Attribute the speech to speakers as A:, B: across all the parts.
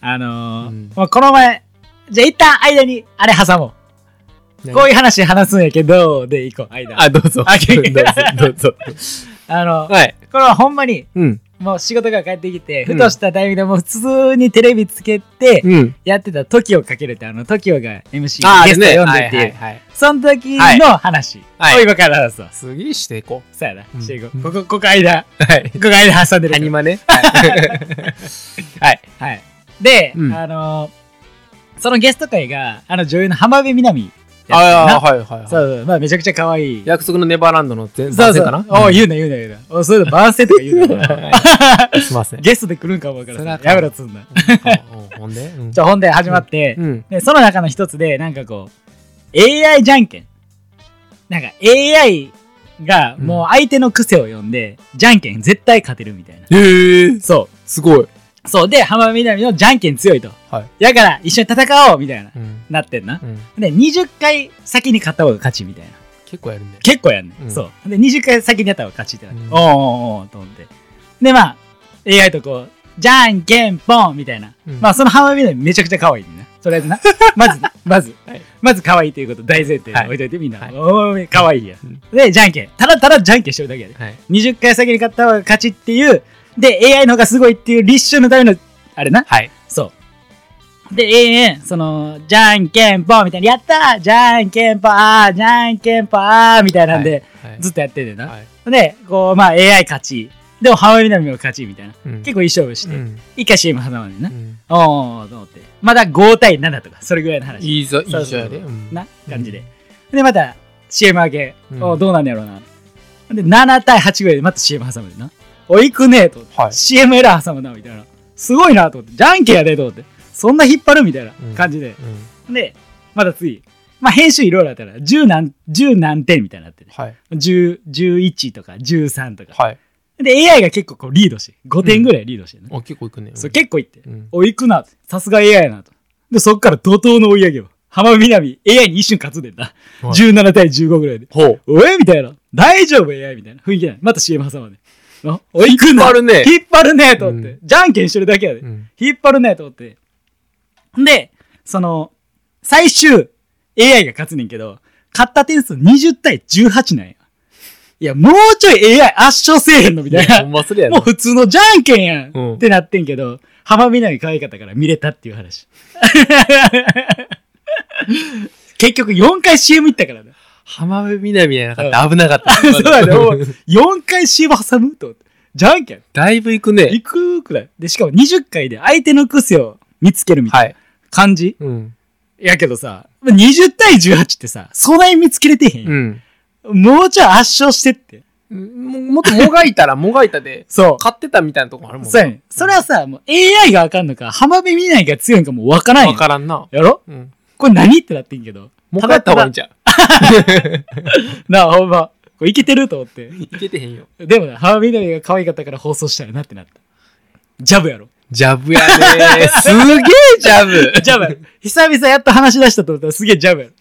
A: あのー
B: うん
A: まあ、この前、じゃあ一旦間にあれ挟もう。こういう話話すんやけど、で行こう、間。
B: あ、どうぞ。
A: あ結
B: どう
A: 局
B: ぞ、どうぞ。
A: あの、
B: はい。
A: これはほんまに、
B: うん。
A: もう仕事が帰ってきて、
B: うん
A: ふとしたタイミングでもう普通にテレビつけて、
B: うん。
A: やってた TOKIO かけるって、あの TOKIO が MC
B: あ
A: ゲ
B: で
A: スト
B: ね
A: 呼んでっていう、
B: はいはいはい
A: その時の話、
B: は
A: を
B: い
A: 今から話すわ。
B: 次していこ
A: そうやな、
B: うん
A: していこうここ、ここ間、
B: う。はい。
A: ここ間挟んでる
B: ア
A: けど
B: ニマね。はい。はい。
A: はい。で、
B: うん
A: あのーそのゲスト会が、あの女優の浜辺美波
B: ああ、
A: あ
B: はいはい
A: そ
B: はい。
A: う、まあめちゃくちゃ可愛い。
B: 約束のネバーランドの前
A: そう
B: 前
A: そう
B: 線かな
A: おう
B: うん
A: 言うな言うな言うな。おそういうの番宣とか言う な。
B: すいませ ん。
A: ゲストで来るんかもわから
B: そ
A: ん。
B: れは
A: やめろっつうんだ。
B: うんうんほんでうん
A: じゃあ本で始まって、
B: うん。
A: で、その中の一つで、なんかこう、AI じゃんけん。なんか AI がもう相手の癖を読んで、じゃんけん絶対勝てるみたいな。
B: へえ、
A: そ
B: すごい。
A: う。そう。で、浜辺美波のじゃんけん強いと。
B: はい。
A: やから一緒に戦おうみたいな。
B: うん。
A: なってんな。
B: うん
A: で、20回先に勝った方が勝ちみたいな。
B: 結構やるんだよ。
A: 結構やんね、
B: うん
A: ん。そう。で、20回先にやった方が勝ちってなって、
B: うん
A: おーおーおーと思って。で、まあ、AI とこう、じゃんけんぽんみたいな。
B: うん
A: まあ、その浜辺美波めちゃくちゃ可愛いねんな。とりあえずな。まず、まず、
B: はい
A: まず可愛いということ大前提で
B: はい
A: 置いといてみんな。
B: はい
A: おー可愛いや
B: うん。
A: で、じゃんけん。ただただじゃんけんしてるだけやで。
B: はい。
A: 20回先に勝った方が勝ちっていう、で、AI の方がすごいっていう立証のための、あれな。
B: はい。
A: そう。で、永遠、その、じゃんけんぽんみたいな、やったーじゃんけんぽんあーじゃんけんぽんあーみたいなんで、
B: はい、
A: ずっとやってんねんな。
B: はい。
A: で、こう、まあ AI 勝ち。でも、ハワイ南も勝ちみたいな。結
B: 結
A: 構いい勝負し
B: う
A: て。
B: ん。
A: 一回 CM 挟まんねんな
B: う。ん
A: おーおーと思って。まだ5対7とか、それぐらいの話。
B: いいぞ、いい
A: そう
B: ぞ
A: そう
B: やで。うん
A: な感じで。で、また CM 明け。
B: うん
A: おーどうなんやろうな。で、7対8ぐらいでまた CM 挟むねんな。お、いくねえと思って。
B: はい
A: CM エラー挟むな、みたいな。すごいなと思って。じゃんけんやでと思って。そんな引っ張るみたいな感じで。
B: うん。
A: で、また次。まあ、編集いろいろあったら、10何、10何点みたいになってね。
B: はい。
A: 10、11とか13とか。
B: はい。
A: で、AI が結構こうリードして、5点ぐらいリードしてるね。
B: あ、結構いくね。
A: そう、結構いって。
B: うん
A: お、行くな。さすが AI やなと。で、そっから怒涛の追い上げを。浜辺美波、AI に一瞬勝つでんな。
B: はい
A: 17対15ぐらいで。
B: ほう。
A: おえみたいな。大丈夫 AI みたいな。雰囲気ない。また CM 挟まで。あお、行くな。
B: 引っ張るね
A: 引っ張るねと思って。
B: う
A: じゃんけんしてるだけやで。
B: うん
A: 引っ張るねと思って。んで、その、最終、AI が勝つねんけど、勝った点数20対18なんや。いや、もうちょい AI 圧勝せえへんのみたい
B: ほん
A: な。
B: まそれや
A: もう
B: な。
A: 普通のじゃんけんやん、
B: うん
A: ってなってんけど、浜辺美波可愛かったから見れたっていう 話。結局4回 CM 行ったからな。
B: 浜辺美波やなかった。危なか った。
A: そうだね。もう4回 CM 挟むと思って。じゃんけん。
B: だいぶいくね。
A: 行くくらい。で、しかも20回で相手の癖を見つけるみたい
B: はい。
A: な感じ、
B: うん。
A: やけどさ、20対18ってさ、そない見つけれてへん
B: う
A: やん。
B: ん。
A: もうちょい圧勝してって。
B: ももっともがいたらもがいたで、
A: そう。
B: 買ってたみたいなとこあるもん。
A: そうやねん。それはさ、もう AI がわかんのか、浜辺見ないが強いのかもうわからんや
B: わ
A: ん。
B: からんな。
A: やろ
B: うん。
A: これ何ってなってんけど。
B: もう一回やった方がいいん
A: じ
B: じゃん。
A: ゃん。なあ、ほんま。これいけてると思って。
B: いけてへんよ。
A: でもな、浜辺見ないが可愛かったから放送したよなってなった。ジャブやろ。
B: ジャブやねー。すげえジャブ。
A: ジャブやろ。久々やっと話し出したと思ったらすげえジャブやろ。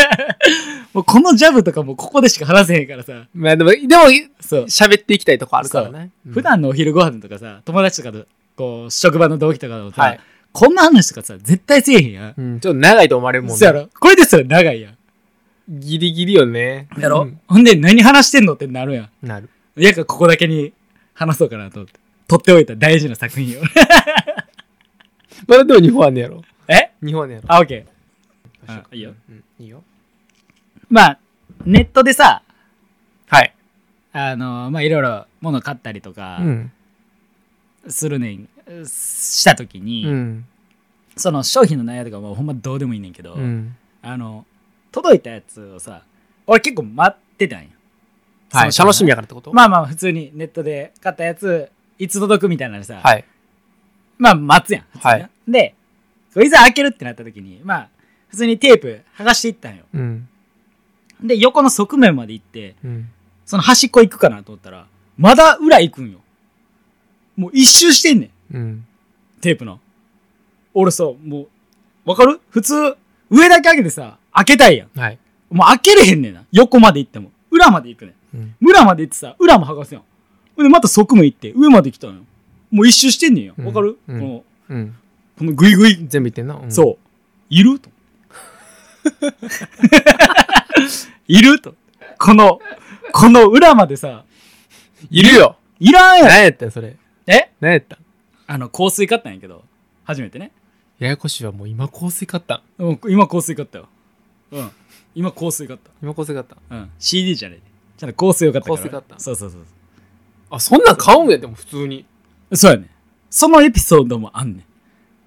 A: もうこのジャブとかもうここでしか話せへんからさ。
B: まあでも、でも、
A: そう。
B: 喋っていきたいとこあるからね。うん
A: 普段のお昼ご飯とかさ友達とかとこう職場の同期とかとさ、
B: はい
A: こんな話とかさ絶対せえへんやん、
B: うん、ちょっと長いと思われるもん
A: そうやろこれですら長いやん
B: ギリギリよね。
A: やろ、
B: うん
A: ほんで何話してんのってなるや
B: なる。
A: んやからここだけに話そうかなと思って取っておいた大事な作品を
B: まだでも日本あんねやろ。
A: え
B: 日本あんねやろ。
A: あオッケー
B: あ
A: いいよ。
B: うん、いいよ。
A: まあネットでさ
B: はい。
A: あのまあいろいろ物買ったりとか
B: うん。
A: するねん、した時に、
B: うん。
A: その商品の内容とかもうほんまどうでもいいねんけど、
B: うん。
A: あの届いたやつをさ俺結構待ってたんよ
B: はい。
A: その
B: 楽しみやからってこと
A: まあまあ普通にネットで買ったやついつ届くみたいなのさ、
B: はい。
A: まあ待つやん普通にな
B: は
A: でこういざ開けるってなった時にまあ普通にテープ剥がしていったんよ
B: うん。
A: で横の側面まで行って
B: うん。
A: その端っこ行くかなと思ったらまだ裏行くんよもう一周してんねん
B: うん。
A: テープの俺さもうわかる普通上だけ開けてさ開けたいやん
B: はい。
A: もう開けれへんねんな横まで行っても裏まで行くねん
B: うん。
A: 裏まで行ってさ、裏も剥がすやん。ほんで、また側面行って、上まで来たのよ。もう一周してんねんよ。
B: うん
A: わかる、
B: うん
A: この、
B: うん。
A: このグイグイ、
B: 全部言ってんな。うん
A: そう。い ると。いると。この、この裏までさ、
B: いるよ
A: いらんやろ
B: 何やったんそれ。
A: え
B: 何やったん
A: あの、香水買ったんやけど、初めてね。
B: ややこしいわ、もう今香水買ったん。
A: うん今香水買ったよ。うん。今香水買っ
B: 今香水買ったん。
A: た。うん。CD じゃない。ちゃんと香水を買ったから。
B: 香水買った
A: そうそうそうそ
B: あ、そんなん買うんやでも普通に。
A: う。そうやね。そのエピソードもあんねん。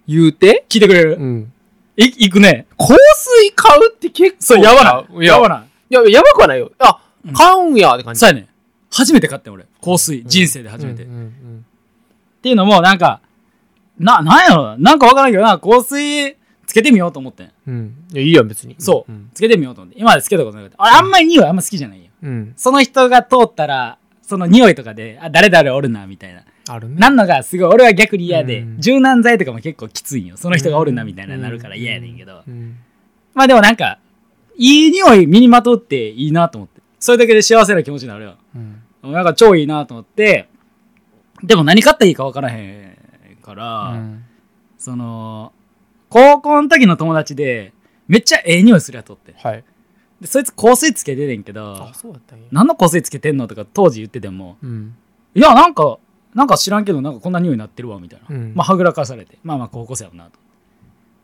B: 言うて
A: 聞いてくれる、
B: うん。
A: い、いくね。
B: 香水買うって結構。
A: そう、やば
B: 買
A: な
B: う
A: い。
B: いや
A: やばない。
B: いや、やばくはないよ。あ
A: うん、
B: 買うんやって感じ。
A: そうやね。初めて買ってん俺。香水、
B: ん
A: 人生で初めて。
B: うんうんうん
A: っていうのも、なんか、な、なんやろな。なんかわからんけどな、香水つけてみようと思ってん。
B: うん。いや、いいやん、別に。
A: そう。
B: ん。
A: つけてみようと思って。今までつけたことなかった。俺、あんまり匂いあんま好きじゃないよ。
B: うん。
A: その人が通ったら、その匂いとかで、あ、誰々おるな、みたいな。
B: あるね。
A: なんのがすごい、俺は逆に嫌で、
B: うん
A: 柔軟剤とかも結構きついんよ。その人がおるな、みたいななるから嫌やねんけど。
B: うん。
A: まあでもなんか、いい匂い身にまとっていいなと思って。それだけで幸せな気持ちになるよ。
B: うん。
A: なんか超いいなと思って、でも何買ったらいいか分からへんから、
B: うん
A: その、高校の時の友達で、めっちゃええ匂いするやつおって。
B: はい。
A: で、そいつ香水つけててんけど
B: あ、、そうだったんや。
A: 何の香水つけてんのとか当時言ってても、
B: うん。
A: いや、なんか、なんか知らんけど、なんかこんな匂いになってるわ、みたいな。
B: うん
A: まあ、はぐらかされて。まあまあ、高校生やもんなと。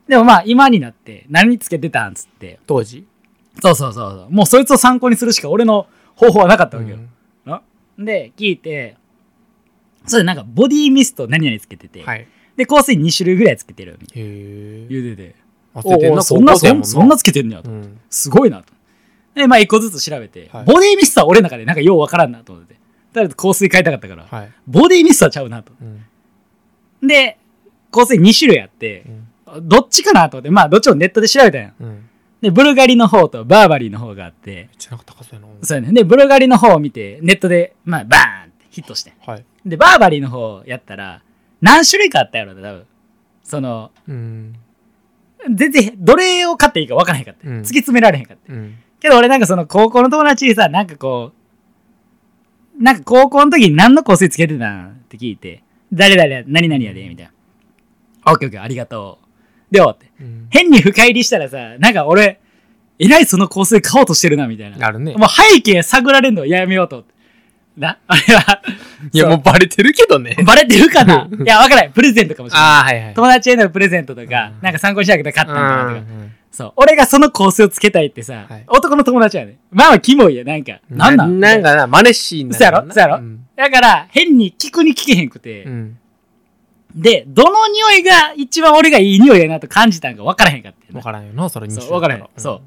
A: でもまあ、今になって、何つけてたんつって、
B: 当時
A: そうそうそうそう。もうそいつを参考にするしか俺の方法はなかったわけよ。
B: うん
A: なで、聞いて、それでなんかボディミスト何々つけてて、
B: はい。
A: で、香水2種類ぐらいつけてるみたい
B: へえ
A: な。。言うてて、
B: あ
A: おうおうそんな、そんそんな、つけてんねや
B: う
A: と。
B: ん。
A: すごいなと。で、まあ一個ずつ調べて、
B: はい
A: ボディミストは俺の中でなんかようわからんなと思ってて。だから香水買いたかったから、
B: はい。
A: ボディミストはちゃうなと。
B: うん。
A: で、香水2種類あって、どっちかなと思って、まあどっちもネットで調べたんやん。
B: うん。め
A: で、ブルガリの方とバーバリーの方があって、
B: っちゃなんか高そうやな。
A: そうやね。で、ブルガリの方を見て、ネットで、まあ、バーンってヒットしてん。
B: はい。
A: で、バーバリーの方やったら、何種類かあったやろな、多分。その、
B: うん。
A: 全然、どれを買っていいか分からへんかった。
B: うん
A: 突き詰められへんかった。
B: うん。
A: けど俺なんかその高校の友達にさ、なんかこう、なんか高校の時に何の香水つけてたんって聞いて、誰々や、何々やで、みたいな。あオッケーオッケー、ありがとう。で、終わって。
B: うん。
A: 変に深入りしたらさ、なんか俺、えらいその香水買おうとしてるな、みたいな。
B: あるね。
A: もう背景探られるのやめようと思って。な、あれは
B: いや、
A: そう
B: もうバレてるけどね。
A: バレてるか ないや、わからない。プレゼントかもしれない。
B: ああ、はいはい。
A: 友達へのプレゼントとか
B: う、ん
A: なんか参考にしなくて買ったんだなとか。
B: うん
A: そう。俺がその香水をつけたいってさ
B: はい、
A: 男の友達やね。まあまあ、キモいや、なんか。なんなん
B: なんかな、マネしいんだ
A: そうやろそうやろ
B: うん。
A: だから、変に聞くに聞けへんく
B: う
A: て。
B: ん
A: で、どの匂いが一番俺がいい匂いやなと感じたんか分からへんかってん
B: わ
A: な。
B: からんよな、それにし
A: そ
B: ろ
A: う、分からへん。そう
B: う。。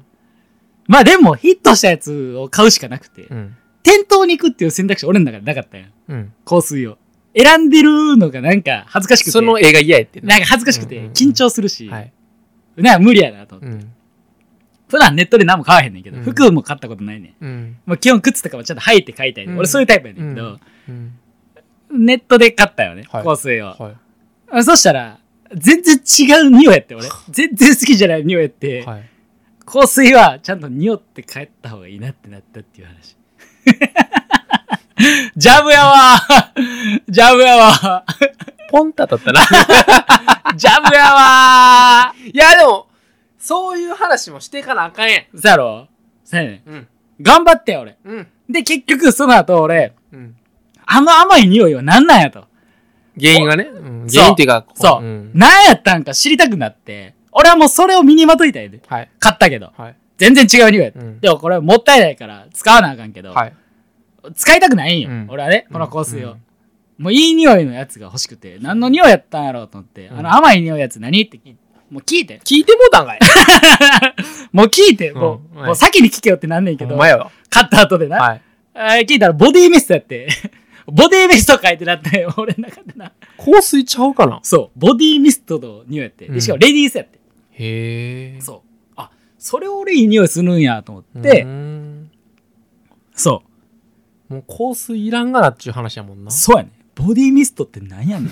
A: まあでも、ヒットしたやつを買うしかなくて
B: う、ん。
A: 店頭に行くっていう選択肢俺の中でなかったよ。
B: うん。
A: 香水を。選んでるのがなんか恥ずかしくて。
B: その映画嫌やって
A: なんか恥ずかしくて
B: うんうんうん
A: 緊張するし、
B: はい。
A: なんか無理やなと思って、
B: うん。
A: 普段ネットで何も買わへんねんけど、
B: うん
A: 服も買ったことないねん。
B: うん。
A: もう基本靴とかもちゃんと履いて買いたいねん、
B: うん
A: 俺そういうタイプやねんけど、
B: うん。
A: ネットで買ったよね、
B: はい
A: 香水を。
B: は
A: あそしたら、全然違う匂いやって、 俺。全然好きじゃない匂いやって、
B: い。はい。
A: 香水はちゃんと匂って帰った方がいいなってなったっていう話。 ジャブやわー ジャブやわー
B: ポンタだったな。
A: ジャブやわー
B: いや、でも、そういう話もしていかなあかんやん。
A: そやろそうやねん。
B: うん。
A: 頑張ってよ、俺。
B: うん。
A: で、結局、その後俺、
B: うん。
A: あの甘い匂いは何なんやと。
B: 原因がね。うん原因っていうか、
A: そう。
B: ん
A: 何やったんか知りたくなって、俺はもうそれを身にまといたんやで。
B: はい。
A: 買ったけど。
B: はい。
A: 全然違う匂いやった。
B: うん
A: でもこれもったいないから使わなあかんけど、
B: はい。
A: 使いたくないんよ。
B: うん
A: 俺はね、この香水を。
B: うん
A: もういい匂いのやつが欲しくて、何の匂いやったんやろうと思って、
B: うん
A: あの甘い匂いやつ何って聞いもう聞いて。
B: 聞いてもうた んかい。
A: もう聞いて。
B: うん
A: もう、
B: はい
A: もう先に聞けよってなんねんけど、
B: お前
A: 買
B: やわ。
A: った後でな。
B: はい。
A: あー聞いたらボディミストやって。 ボディミスト書いて なったよ、俺の中でな。
B: 香水ちゃうかな
A: そう、ボディミストの匂いやって。
B: う
A: で
B: ん
A: しかもレディースやって。
B: へえ。
A: そう。あ、それ俺いい匂いするんやと思
B: う
A: っ
B: ん
A: て、そ
B: もう香水いらんがなっちゅう話やもんな
A: う、。そうやね。ボディミストってなんやねん。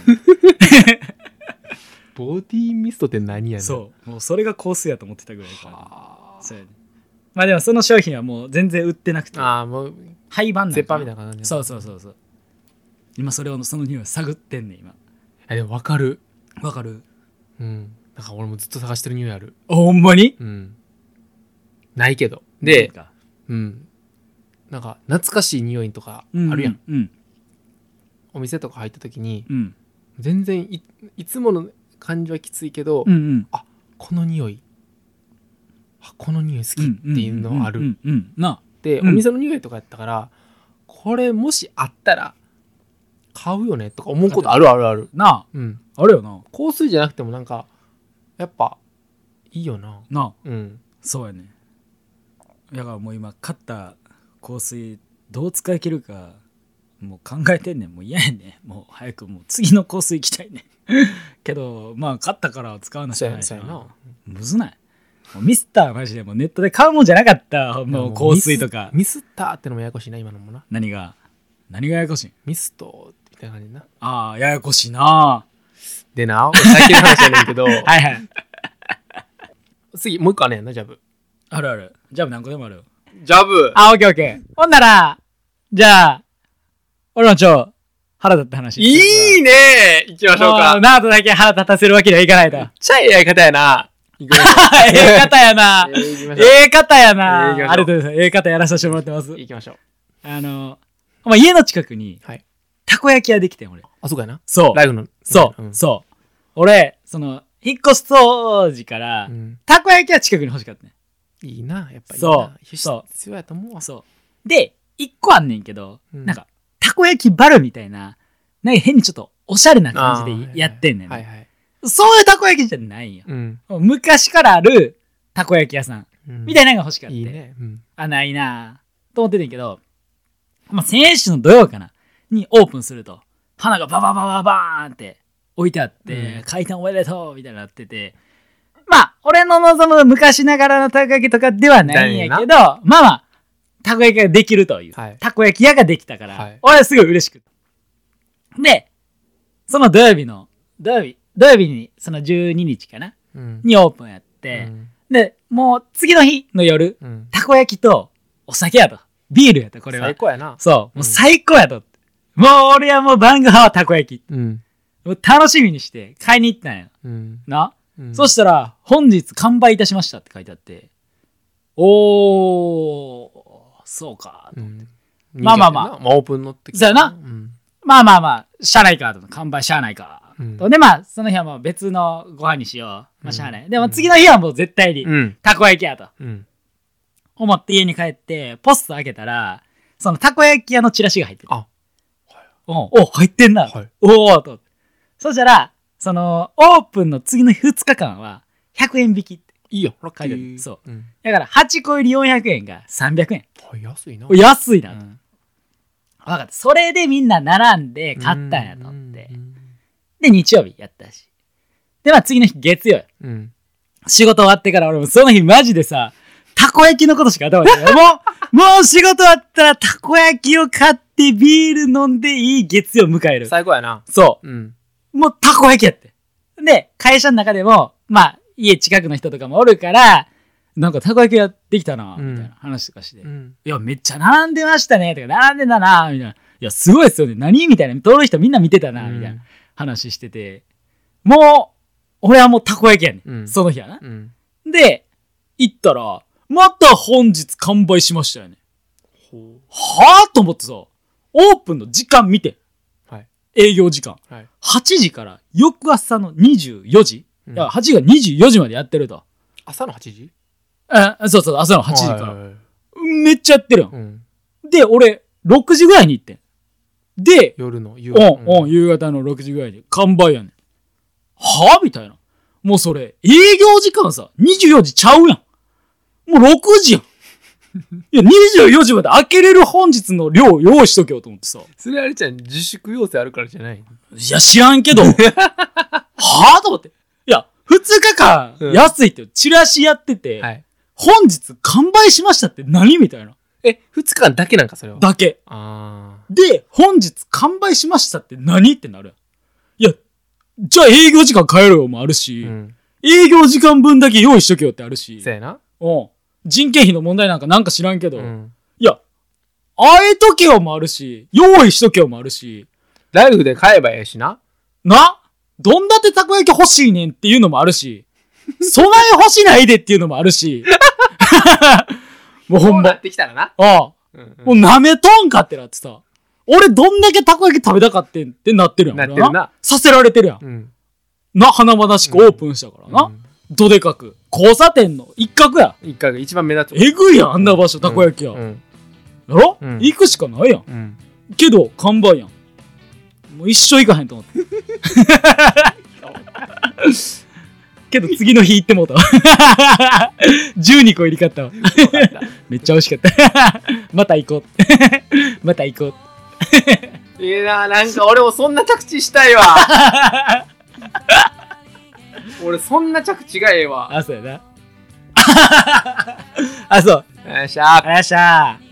B: ボディミストって何やねん。
A: そう。もうそれが香水やと思ってたぐらいやから。
B: あ
A: そうやね。まあでもその商品はもう全然売ってなくて、
B: あー、もう、
A: 廃盤なんか
B: 絶版みたいな感じ。
A: そうそうそうそう。今それを、その匂いを探ってんねん、今。
B: あでも分かる。
A: わかる
B: うん。だから俺もずっと探してる匂いある。
A: ほんまに
B: うん。ないけど。で、
A: なんか
B: うん。なんか、懐かしい匂いとか
A: う
B: あるやん。。
A: うん。
B: お店とか入った時に、
A: うん。
B: 全然い、いつもの感じはきついけど、
A: うん。うん。
B: この匂い、あ、この匂い好きっていうのはあ
A: うんう
B: る。
A: んうんうん。なあ
B: で、
A: うん
B: お店の匂いとかやったから、これもしあったら、買うよねとか思うことあるあるある。
A: な
B: うん。
A: あ。あれよな。
B: 香水じゃなくてもなんか、やっぱ、いいよな。
A: なあ。
B: うん。
A: そうやね。だからもう今、買った香水、どう使い切るか、もう考えてんねん。もう嫌やねん。もう早くもう次の香水行きたいねん。 けど、まあ、買ったから使わなき
B: そ
A: ゃ
B: う
A: い
B: やな。
A: け
B: そう
A: な
B: や
A: いな
B: な。。
A: むずない。もうミスターマジでもうネットで買うもんじゃなかった。もう香水とか。
B: ミスミスったってのもややこしいな今のもな
A: 何が何がややこしいん
B: ミストみたいな感じな
A: ああ、ややこしいな
B: でな俺さっきの話やねんけど
A: あ はいはい。
B: 次もう一個あんねんなジャブ
A: あるある。ジャブ何個でもあるよ。
B: ジャブ
A: あ、オッケーオッケー。ほんなら、じゃあ、俺の超腹立った話。
B: いい
A: ね
B: ねいきましょうか
A: ナートだけ腹立たせるわけにはいかないと。
B: めっちゃええやり方やないきましょ
A: え え方やな
B: う。ええ行きましょ
A: ええ方やな、
B: ええ行きましょう
A: ありがとうございます。ええ方やらさせてもらってます
B: う。行きましょう
A: あの、まあ、家の近くに、
B: はい
A: たこ焼き屋できてん、俺。
B: あそうかやな
A: そう
B: ラ。イブの
A: そう、
B: ん
A: そう。俺、その、引っ越す当時から、
B: うん
A: たこ焼きは近くに欲しかったね。
B: いいなやっぱり
A: そうそう
B: 必要やと思うわ
A: そう。で、一個あんねんけど、
B: うん
A: なんか、たこ焼きバルみたいな、なんか変にちょっとおしゃれな感じでやってんねんね、
B: はいはい
A: そういうたこ焼きじゃないんよ。
B: うん
A: 昔からあるたこ焼き屋さんみた
B: い
A: いなのが欲しかった。
B: いいねうん
A: あ、ないなぁと思っててんけど、まあ、先週の土曜かなにオープンすると、花がバババババーンって置いてあって、
B: うん
A: 開店おめでとうみたいになってて、まあ、俺の望む昔ながらのたこ焼きとかではないんやけど、まあまあ、たこ焼きができるという、
B: はい
A: たこ焼き屋ができたから、
B: はい
A: 俺はすごい嬉しくて。で、その土曜日の、土曜日、土曜日に、その12日かな
B: うん
A: にオープンやっ
B: う
A: て、
B: ん
A: で、もう次の日の夜、
B: うん
A: たこ焼きとお酒やと。ビールやと、これは
B: 最。高やな
A: そう。も
B: う
A: うん最高やと。もう俺はもう番組派はたこ焼き。
B: うん
A: もう楽しみにして買いに行ったんや。
B: うん
A: な。
B: うん
A: そしたら、本日完売いたしましたって書いてあって。おー、そうか。
B: うん
A: まあまあまあ
B: いいじゃんなオープンのって
A: そうやな
B: うん
A: まあまあまあ、しゃあないかと。完売しゃあないか。
B: うん
A: とで、まあ、その日はもう別のご飯にしよう。ま
B: う
A: あ、
B: ん
A: しゃあない。でも次の日はもう絶対に、
B: うん
A: たこ焼きやと。
B: うん
A: 思って家に帰って、ポスト開けたら、そのたこ焼き屋のチラシが入ってる。
B: あ
A: うんお、入ってんな。
B: はい
A: おおと思って。そしたら、その、オープンの次の2日間は、100円引きって。
B: いいよラ、
A: 書いてあるそう
B: ん、
A: だから、8個入り400円が300円。
B: あ安いな
A: お安いな
B: う
A: と。
B: ん
A: 分かった。それでみんな並んで買ったんやと思って
B: う。ん
A: で、日曜日やったし。で、まあ次の日月曜や。
B: うん
A: 仕事終わってから俺もその日マジでさ、たこ焼きのことしか頭にない。もう、 もう仕事終わったらたこ焼きを買ってビール飲んでいい月曜迎える。
B: 最高やな
A: そ
B: うん
A: う。もうたこ焼きやって。で、会社の中でも、まあ、家近くの人とかもおるから、なんかたこ焼きやってきたな、
B: うん
A: みたいな話とかして。
B: う
A: い
B: ん
A: や、めっちゃ並んでましたね、とか、並んでたな、みたいな。いや、すごいっすよね。何みたいな。通る人みんな見てたな、みたいな話してて。もう、俺はもうたこ焼きやね、
B: うん
A: ん。その日はな。
B: うん
A: で、行ったら、また本日完売しましたよね。
B: ほ
A: はぁと思ってさ、オープンの時間見て、
B: うはい
A: 営業時間。
B: はい
A: 8時から翌朝の24時、
B: うん
A: いや、8時が24時までやってると。
B: 朝の8時
A: あそうそう、朝の8時から。
B: はいはいはい
A: めっちゃやってるやん。
B: うん
A: で、俺、6時ぐらいに行ってん。で、
B: 夜の夕
A: うん、うん、
B: ん
A: 夕方の6時ぐらいに完売やねん。はぁみたいな。もうそれ、営業時間さ、24時ちゃうやん。もう6時やん。いや、24時まで開けれる本日の量用意しとけよと思ってさ。
B: それあれちゃん自粛要請あるからじゃない
A: いや、知らん けど。はぁと思って。いや、2日間
B: うん
A: 安いって、チラシやってて、
B: はい
A: 本日完売しましたって何みたいな。
B: え2日間だけなんかそれは
A: だけ。
B: あ
A: で、本日完売しましたって何ってなるやん。いや、じゃあ営業時間変えろよもある
B: あ
A: し、
B: うん
A: 営業時間分だけ用意しとけよってあるし
B: そ、うやな
A: うん。人件費の問題なんかなんか知らんけど、
B: うん
A: いや、あえとけよもあるし、用意しとけよもあるし、
B: ライフで買えばええしな
A: などんだけたこ焼き欲しいねんっていうのもあるし、備え欲しないでっていうのもあるし、 もうほ
B: こうんな
A: ま
B: っ、てきたらな。
A: ああ、
B: うん
A: もう舐めとんかってなってさ、俺どんだけたこ焼き食べたかってんってなってるやん。
B: なって
A: 俺
B: る
A: は
B: な。
A: させられてるやん。
B: うん。
A: な、華々しくオープンしたからな。
B: うん
A: どでかく。交差点の一角や。
B: 一回が一番目立つ。
A: えぐいやん、あんな場所、たこ焼きや。
B: う
A: や
B: ん。
A: ろ、
B: うん
A: 行くしかないやん。
B: うん。
A: けど、看板やん。もう一生行かへんと思 って。けど、次の日行ってもうたわ。12個入り買ったわ。
B: わかった
A: めっちゃ美味しかった。 また行こう。また行こう。
B: いいな、なんか俺もそんな着地し たいわ。俺そんな着地がええわ。
A: あ、そうやな。あ、そう。
B: よっしゃ
A: ありがとうございました。